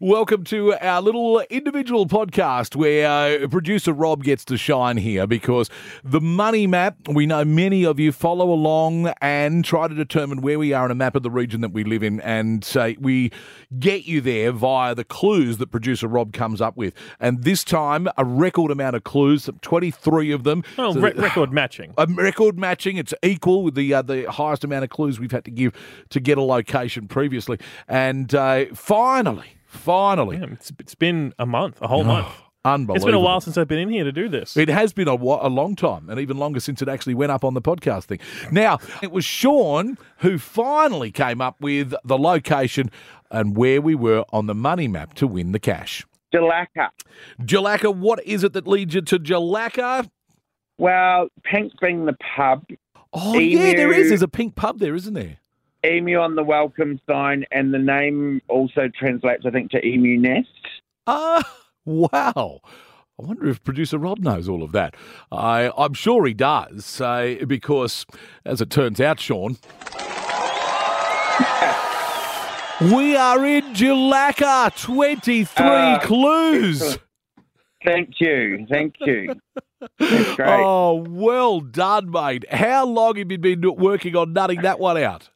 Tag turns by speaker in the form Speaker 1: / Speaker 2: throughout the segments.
Speaker 1: Welcome to our little individual podcast where uh, producer Rob gets to shine here because the money map, we know many of you follow along and try to determine where we are on a map of the region that we live in. And say we get you there via the clues that producer Rob comes up with. And this time, a record amount of clues, 23 of them.
Speaker 2: Well,
Speaker 1: So
Speaker 2: Oh, re-
Speaker 1: that-
Speaker 2: record matching.
Speaker 1: a record matching. It's equal with the uh, the highest amount of clues we've had to give to get a location previously, and uh, finally, finally,
Speaker 2: Damn, it's, it's been a month, a whole
Speaker 1: Oh,
Speaker 2: month.
Speaker 1: unbelievable.
Speaker 2: It's been a while since I've been in here to do this.
Speaker 1: It has been a, wa- a long time, and even longer since it actually went up on the podcast thing. Now, it was Sean who finally came up with the location and where we were on the money map to win the cash.
Speaker 3: Jalaka.
Speaker 1: Jalaka, what is it that leads you to Jalaka?
Speaker 3: Well, Pink's being the pub,
Speaker 1: Oh, yeah, there
Speaker 3: Emu.
Speaker 1: is. There's a pink pub there, isn't there?
Speaker 3: emu on the welcome sign, and the name also translates, I think, to emu nest.
Speaker 1: Ah, wow. I wonder if producer Rob knows all of that. I, I'm sure he does, uh, because as it turns out, Sean, we are in Jalaka. 23
Speaker 3: Ah,
Speaker 1: clues.
Speaker 3: Thank you. Thank you. That's great.
Speaker 1: Oh, well done, mate. How long have you been do- working on nutting that one out?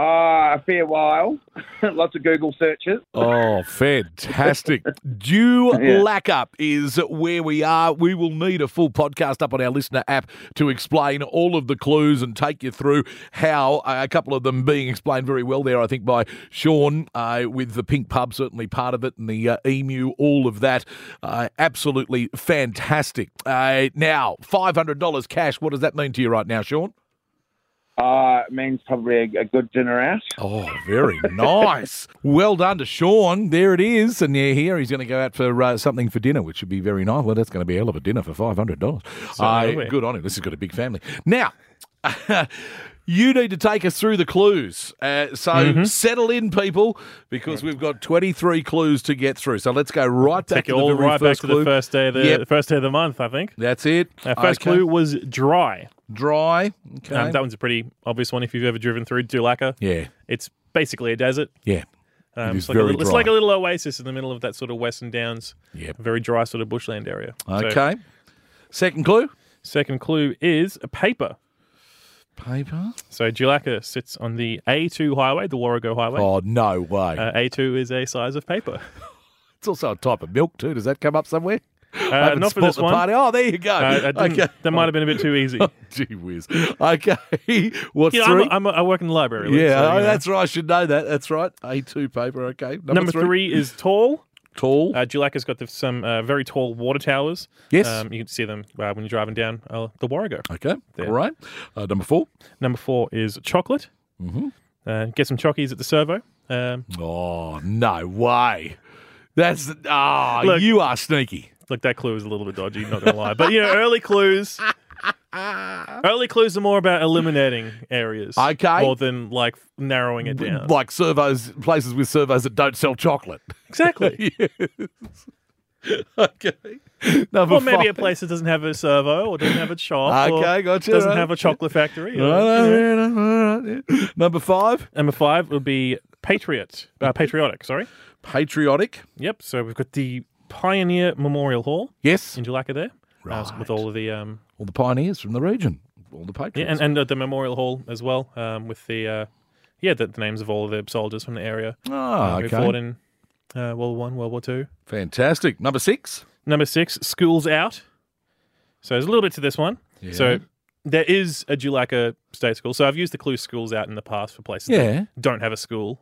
Speaker 3: Ah, a fair while. Lots of Google searches.
Speaker 1: Oh, fantastic. Due
Speaker 3: Yeah.
Speaker 1: lack up is where we are. We will need a full podcast up on our listener app to explain all of the clues and take you through how uh, a couple of them being explained very well there, I think, by Sean uh, with the pink pub, certainly part of it, and the uh, emu, all of that. Uh, absolutely fantastic. Uh, now, $500 cash. What does that mean to you right now, Sean?
Speaker 3: Ah, it means probably a, a good dinner out.
Speaker 1: Oh, very nice. Well done to Sean. There it is. And yeah, here he's going to go out for uh, something for dinner, which should be very nice. Well, that's going to be a hell of a dinner for $500.
Speaker 2: Certainly
Speaker 1: Uh,
Speaker 2: will.
Speaker 1: good on him. This has got a big family. Now, you need to take us through the clues. Uh, so
Speaker 2: Mm-hmm.
Speaker 1: settle in, people, because we've got 23 clues to get through. So let's go right back
Speaker 2: Take it
Speaker 1: to the
Speaker 2: all
Speaker 1: very
Speaker 2: right back
Speaker 1: first
Speaker 2: to
Speaker 1: clue.
Speaker 2: the first day of the,
Speaker 1: Yep.
Speaker 2: the first day of the month, I think.
Speaker 1: That's it.
Speaker 2: Our first
Speaker 1: Okay.
Speaker 2: clue was dry.
Speaker 1: Dry. Okay.
Speaker 2: Um, that one's a pretty obvious one if you've ever driven through Dulacca.
Speaker 1: yeah.
Speaker 2: It's basically a desert.
Speaker 1: Yeah.
Speaker 2: Um,
Speaker 1: is
Speaker 2: it's, like a
Speaker 1: very
Speaker 2: little, it's
Speaker 1: dry.
Speaker 2: like a little oasis in the middle of that sort of Western Downs,
Speaker 1: Yep.
Speaker 2: very dry sort of bushland area. So,
Speaker 1: Okay. Second clue.
Speaker 2: second clue is a paper.
Speaker 1: Paper.
Speaker 2: So Dulacca sits on the A2 highway, the Warrego Highway.
Speaker 1: Oh, no way.
Speaker 2: Uh, A2 is a size of paper.
Speaker 1: It's also a type of milk too. Does that come up somewhere? I
Speaker 2: Uh,
Speaker 1: haven't
Speaker 2: not for
Speaker 1: spoilt
Speaker 2: this
Speaker 1: the
Speaker 2: one.
Speaker 1: Party. Oh, there you go.
Speaker 2: Uh, I didn't-
Speaker 1: okay.
Speaker 2: That might have been a bit too easy.
Speaker 1: Gee whiz. Okay. What's
Speaker 2: You know, I'm
Speaker 1: three?
Speaker 2: a, I'm a, I work in the library.
Speaker 1: yeah,
Speaker 2: so, you
Speaker 1: oh,
Speaker 2: know.
Speaker 1: that's right. I should know that. That's right. A2 paper. Okay. Number,
Speaker 2: number three. is tall.
Speaker 1: Tall.
Speaker 2: Uh, Dulacca's got the, some uh, very tall water towers.
Speaker 1: Yes.
Speaker 2: um, you can see them uh, when you're driving down uh, the Warrego.
Speaker 1: okay.
Speaker 2: there.
Speaker 1: All right. Uh, number four.
Speaker 2: Number four is chocolate. Mm-hmm. Uh, get some chockies at the servo. Um,
Speaker 1: Oh, no way. That's. Ah,
Speaker 2: Look.
Speaker 1: you are sneaky.
Speaker 2: look, that clue is a little bit dodgy. Not gonna lie, but you know, early clues. Early clues are more about eliminating areas,
Speaker 1: Okay.
Speaker 2: more than like narrowing it down.
Speaker 1: Like servos, places with servos that don't sell chocolate.
Speaker 2: Exactly.
Speaker 1: yes. okay. Number
Speaker 2: Or maybe a
Speaker 1: five.
Speaker 2: place that doesn't have a servo or doesn't have a shop.
Speaker 1: Okay,
Speaker 2: or
Speaker 1: gotcha,
Speaker 2: Doesn't
Speaker 1: right.
Speaker 2: have a chocolate factory. or,
Speaker 1: All
Speaker 2: you know.
Speaker 1: right, all right, all right. Number five.
Speaker 2: Number five would be Patriot. Uh, patriotic, sorry.
Speaker 1: patriotic.
Speaker 2: Yep. So we've got the Pioneer Memorial Hall
Speaker 1: Yes,
Speaker 2: in Jalaka there. uh, with all of the um,
Speaker 1: all the pioneers from the region, all the patriots.
Speaker 2: yeah, and, and uh, the Memorial Hall as well, um, with the uh, yeah, the, the names of all of the soldiers from the area
Speaker 1: Ah,
Speaker 2: who
Speaker 1: okay.
Speaker 2: fought in uh, World War One, World War Two.
Speaker 1: Fantastic. Number six.
Speaker 2: Number six, schools out. So there's a little bit to this one.
Speaker 1: Yeah.
Speaker 2: So there is a Dulacca state school. So I've used the clue schools out in the past for places
Speaker 1: Yeah.
Speaker 2: that don't have a school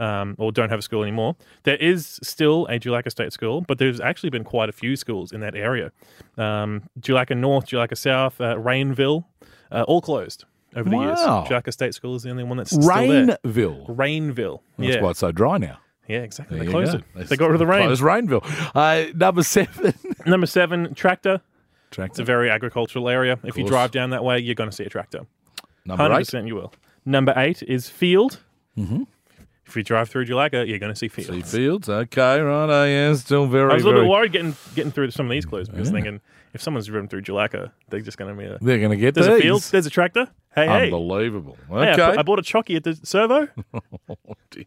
Speaker 2: um, or don't have a school anymore. There is still a Dulacca state school, but there's actually been quite a few schools in that area. Um, Dulacca North, Dulacca South, uh, Rainville, uh, all closed over the years.
Speaker 1: Wow.
Speaker 2: Dulacca State School is the only one that's still there.
Speaker 1: Rainville.
Speaker 2: Rainville.
Speaker 1: That's
Speaker 2: yeah.
Speaker 1: why it's so dry now.
Speaker 2: yeah, exactly.
Speaker 1: There
Speaker 2: They
Speaker 1: you
Speaker 2: closed
Speaker 1: go.
Speaker 2: it. They got rid of the rain.
Speaker 1: Closed Rainville. Uh, number seven.
Speaker 2: Number seven, tractor. It's
Speaker 1: Tractor.
Speaker 2: a very agricultural area. If you
Speaker 1: course.
Speaker 2: drive down that way, you're going to see a tractor.
Speaker 1: Number
Speaker 2: Hundred
Speaker 1: eight.
Speaker 2: percent, you will. Number eight is field. Mm-hmm. If you drive through Jalaga, you're going to see fields.
Speaker 1: Sea Fields. Okay, right. Oh, yeah, still very.
Speaker 2: I was a little
Speaker 1: very-
Speaker 2: bit worried getting getting through some of these clues because thinking if someone's driven through Jalaga, they're just going to be a,
Speaker 1: They're going to get
Speaker 2: there's
Speaker 1: these.
Speaker 2: a field, there's a tractor. Hey, hey,
Speaker 1: Unbelievable.
Speaker 2: hey I,
Speaker 1: Okay.
Speaker 2: bu- I bought a chockey at the servo.
Speaker 1: dear.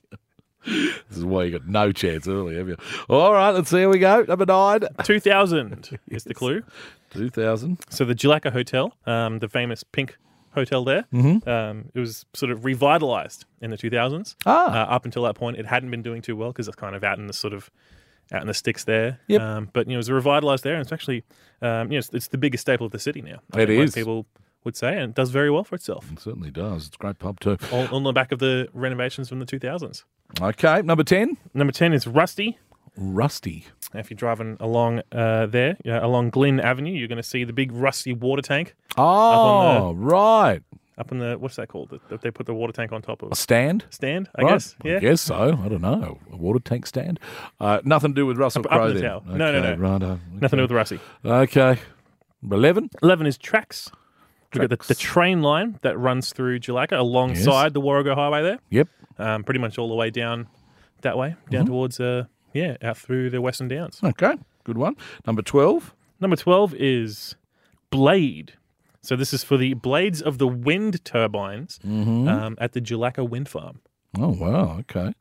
Speaker 1: This is why you got no chance early, have you? All right, let's see. Here we go. Number nine,
Speaker 2: 2000 is the clue.
Speaker 1: 2000.
Speaker 2: So the Gilaka Hotel, um, the famous pink hotel there,
Speaker 1: Mm-hmm.
Speaker 2: um, it was sort of revitalized in the 2000s.
Speaker 1: Ah.
Speaker 2: Uh, up until that point, it hadn't been doing too well because it's kind of out in the sort of out in the sticks there.
Speaker 1: Yep.
Speaker 2: Um, but you know, it was revitalized there, and it's actually um, you know it's, it's the biggest staple of the city now. I
Speaker 1: It
Speaker 2: think, like
Speaker 1: is.
Speaker 2: People would say, and it does very well for itself.
Speaker 1: It certainly does. It's a great pub, too.
Speaker 2: All on the back of the renovations from the 2000s.
Speaker 1: Okay, number 10,
Speaker 2: Number 10 is Rusty.
Speaker 1: Rusty.
Speaker 2: If you're driving along uh, there, yeah, along Glynn Avenue, you're going to see the big rusty water tank
Speaker 1: Oh,
Speaker 2: on
Speaker 1: right.
Speaker 2: up in the what's that called? That- That they put the water tank on top of
Speaker 1: A stand?
Speaker 2: stand, I
Speaker 1: right?
Speaker 2: guess. Yeah.
Speaker 1: I guess so. I don't know. A water tank stand? Uh, nothing to do with Russell
Speaker 2: Up- up in
Speaker 1: Crowe
Speaker 2: the
Speaker 1: then.
Speaker 2: tower. No, no,
Speaker 1: Okay,
Speaker 2: no.
Speaker 1: righto. Okay.
Speaker 2: Nothing to do with Rusty.
Speaker 1: Okay. 11?
Speaker 2: 11 is tracks. We've got the, the train line that runs through Julaka alongside the Warrego Highway there,
Speaker 1: Yep.
Speaker 2: um, pretty much all the way down that way, down towards, uh, yeah, out through the Western Downs.
Speaker 1: Okay. Good one. Number 12?
Speaker 2: Number 12 is Blade. So this is for the blades of the wind turbines um, at the Julaka Wind Farm.
Speaker 1: Oh, wow. Okay.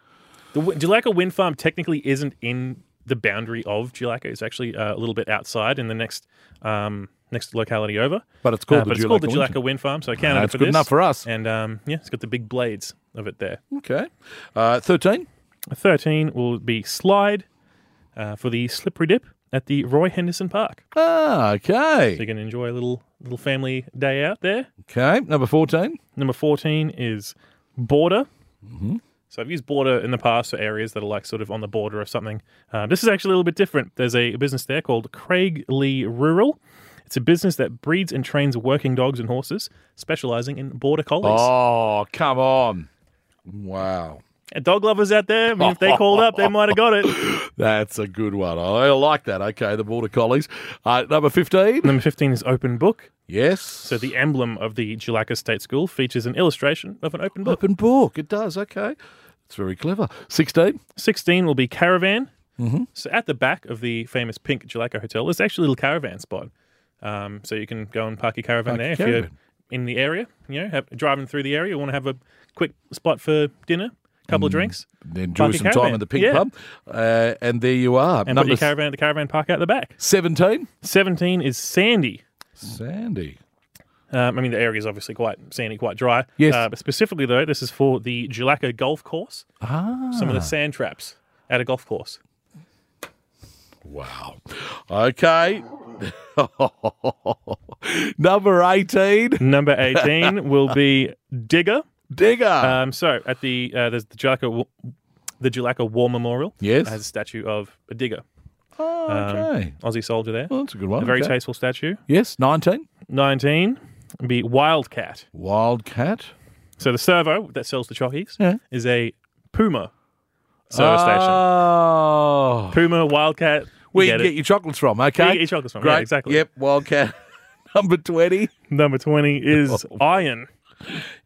Speaker 2: The w- Julaka Wind Farm technically isn't in the boundary of Julaka. It's actually uh, a little bit outside in the next um, next locality over.
Speaker 1: But it's called
Speaker 2: Uh,
Speaker 1: the
Speaker 2: but it's
Speaker 1: Julaka
Speaker 2: called the
Speaker 1: Winter.
Speaker 2: Julaka Wind Farm, so I counted it
Speaker 1: That's
Speaker 2: for
Speaker 1: good
Speaker 2: this.
Speaker 1: enough for us.
Speaker 2: And um, yeah, it's got the big blades of it there.
Speaker 1: Okay. Uh, 13?
Speaker 2: 13 will be Slide uh, for the Slippery Dip at the Roy Henderson Park.
Speaker 1: Ah,
Speaker 2: So you
Speaker 1: okay.
Speaker 2: can enjoy a little little family day out there.
Speaker 1: Okay. Number 14?
Speaker 2: Number 14 is Border.
Speaker 1: Mm-hmm.
Speaker 2: So I've used border in the past for areas that are like sort of on the border of something. Uh, this is actually a little bit different. There's a business there called Craig Lee Rural. It's a business that breeds and trains working dogs and horses, specializing in border collies.
Speaker 1: Oh, come on. Wow.
Speaker 2: And dog lovers out there, I mean, if they called up, they might have got it.
Speaker 1: That's a good one. I like that. Okay, the Border Collies. Uh, number 15.
Speaker 2: Number 15 is Open Book.
Speaker 1: Yes.
Speaker 2: So the emblem of the Julaka State School features an illustration of an open book.
Speaker 1: Open book. It does. Okay. It's very clever. 16.
Speaker 2: 16 will be Caravan. Mm-hmm. So at the back of the famous pink Julaka Hotel, there's actually a little caravan spot. Um, so you can go and park your
Speaker 1: Park
Speaker 2: caravan there
Speaker 1: your
Speaker 2: if
Speaker 1: caravan.
Speaker 2: you're in the area, you know, have, driving through the area, you want to have a quick spot for dinner,
Speaker 1: Mm.
Speaker 2: couple of drinks,
Speaker 1: Enjoy
Speaker 2: Park your
Speaker 1: some time
Speaker 2: caravan.
Speaker 1: in the pink
Speaker 2: Yeah.
Speaker 1: pub. Uh, and there you are.
Speaker 2: and put your caravan at the caravan park out the back.
Speaker 1: 17.
Speaker 2: 17 is Sandy.
Speaker 1: Sandy.
Speaker 2: Um, I mean, the area is obviously quite sandy, quite dry.
Speaker 1: Yes.
Speaker 2: Uh, but specifically, though, this is for the Julaka Golf Course.
Speaker 1: Ah.
Speaker 2: Some of the sand traps at a golf course.
Speaker 1: Wow. Okay. number 18.
Speaker 2: Number 18 will be Digger.
Speaker 1: Digger.
Speaker 2: Um, so at the uh, there's the Julaka the Julaka War Memorial.
Speaker 1: Yes.
Speaker 2: has a statue of a digger,
Speaker 1: Oh,
Speaker 2: um,
Speaker 1: okay.
Speaker 2: Aussie soldier there.
Speaker 1: well, that's a good one.
Speaker 2: a very
Speaker 1: Oh, okay.
Speaker 2: tasteful statue.
Speaker 1: Yes. 19.
Speaker 2: Nineteen would be Wildcat.
Speaker 1: Wildcat.
Speaker 2: So the servo that sells the chockies
Speaker 1: Yeah. Ah.
Speaker 2: is a Puma service station.
Speaker 1: Oh.
Speaker 2: Puma Wildcat. you
Speaker 1: Where you
Speaker 2: get
Speaker 1: get,
Speaker 2: it.
Speaker 1: your chocolates from,
Speaker 2: Where
Speaker 1: okay?
Speaker 2: you get your chocolates from.
Speaker 1: Great.
Speaker 2: Yeah, exactly.
Speaker 1: Yep, Wildcat. Number 20.
Speaker 2: Number twenty is
Speaker 1: Oh.
Speaker 2: Iron.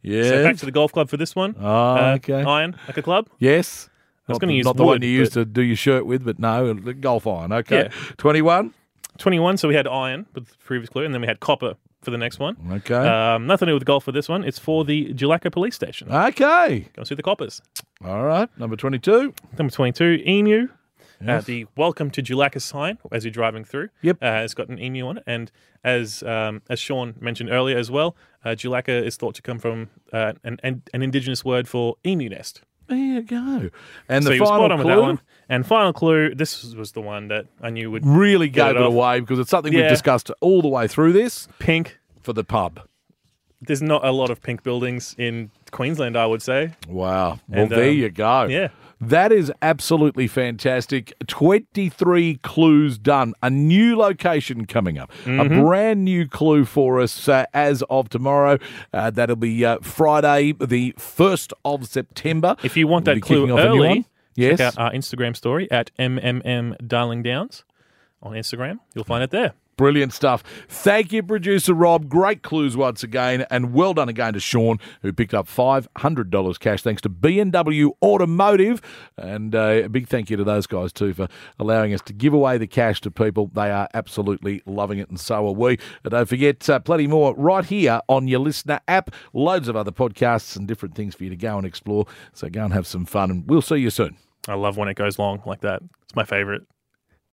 Speaker 1: Yeah.
Speaker 2: So back to the golf club for this one. Uh,
Speaker 1: Oh, okay.
Speaker 2: Iron like a club.
Speaker 1: yes.
Speaker 2: I was
Speaker 1: Not
Speaker 2: going
Speaker 1: the-
Speaker 2: to use
Speaker 1: Not the
Speaker 2: wood,
Speaker 1: one you used
Speaker 2: but
Speaker 1: to do your shirt with, but no, the golf iron. Okay.
Speaker 2: Yeah.
Speaker 1: 21.
Speaker 2: 21. So we had iron with the previous clue, and then we had copper for the next one.
Speaker 1: Okay.
Speaker 2: Um, nothing to do with golf for this one. It's for the Julaka police station.
Speaker 1: Ah. okay.
Speaker 2: Go see the coppers.
Speaker 1: All right. Number 22.
Speaker 2: Number 22, Emu. Uh,
Speaker 1: Yes.
Speaker 2: the welcome to Julaka sign as you're driving through.
Speaker 1: Yep.
Speaker 2: Uh, it's got an emu on it. And as um, as Sean mentioned earlier as well, uh, Julaka is thought to come from uh, an, an, an indigenous word for emu nest.
Speaker 1: There you go. And
Speaker 2: so
Speaker 1: the
Speaker 2: you were
Speaker 1: final
Speaker 2: spot on
Speaker 1: clue
Speaker 2: with that one. And final clue, this was the one that I knew would
Speaker 1: really
Speaker 2: Get
Speaker 1: gave
Speaker 2: it
Speaker 1: it,
Speaker 2: off.
Speaker 1: away because it's something
Speaker 2: Yeah.
Speaker 1: we've discussed all the way through this
Speaker 2: pink.
Speaker 1: for the pub.
Speaker 2: There's not a lot of pink buildings in Queensland, I would say.
Speaker 1: Wow. Well,
Speaker 2: And,
Speaker 1: there
Speaker 2: um,
Speaker 1: you go.
Speaker 2: yeah.
Speaker 1: That is absolutely fantastic. 23 clues done. A new location coming up.
Speaker 2: Mm-hmm.
Speaker 1: A brand new clue for us uh, as of tomorrow. Uh, that'll be uh, Friday, the 1st of September.
Speaker 2: If you want
Speaker 1: We'll
Speaker 2: that
Speaker 1: be
Speaker 2: clue
Speaker 1: kicking off a new one.
Speaker 2: early,
Speaker 1: yes.
Speaker 2: check out our Instagram story at MMM Darling Downs on Instagram. You'll find it there.
Speaker 1: Brilliant stuff. Thank you, producer Rob. Great clues once again, and well done again to Sean, who picked up $500 cash thanks to BMW Automotive. And uh, a big thank you to those guys, too, for allowing us to give away the cash to people. They are absolutely loving it, and so are we. And don't forget, uh, plenty more right here on your listener app. Loads of other podcasts and different things for you to go and explore. So go and have some fun, and we'll see you soon.
Speaker 2: I love when it goes long like that. It's my favorite.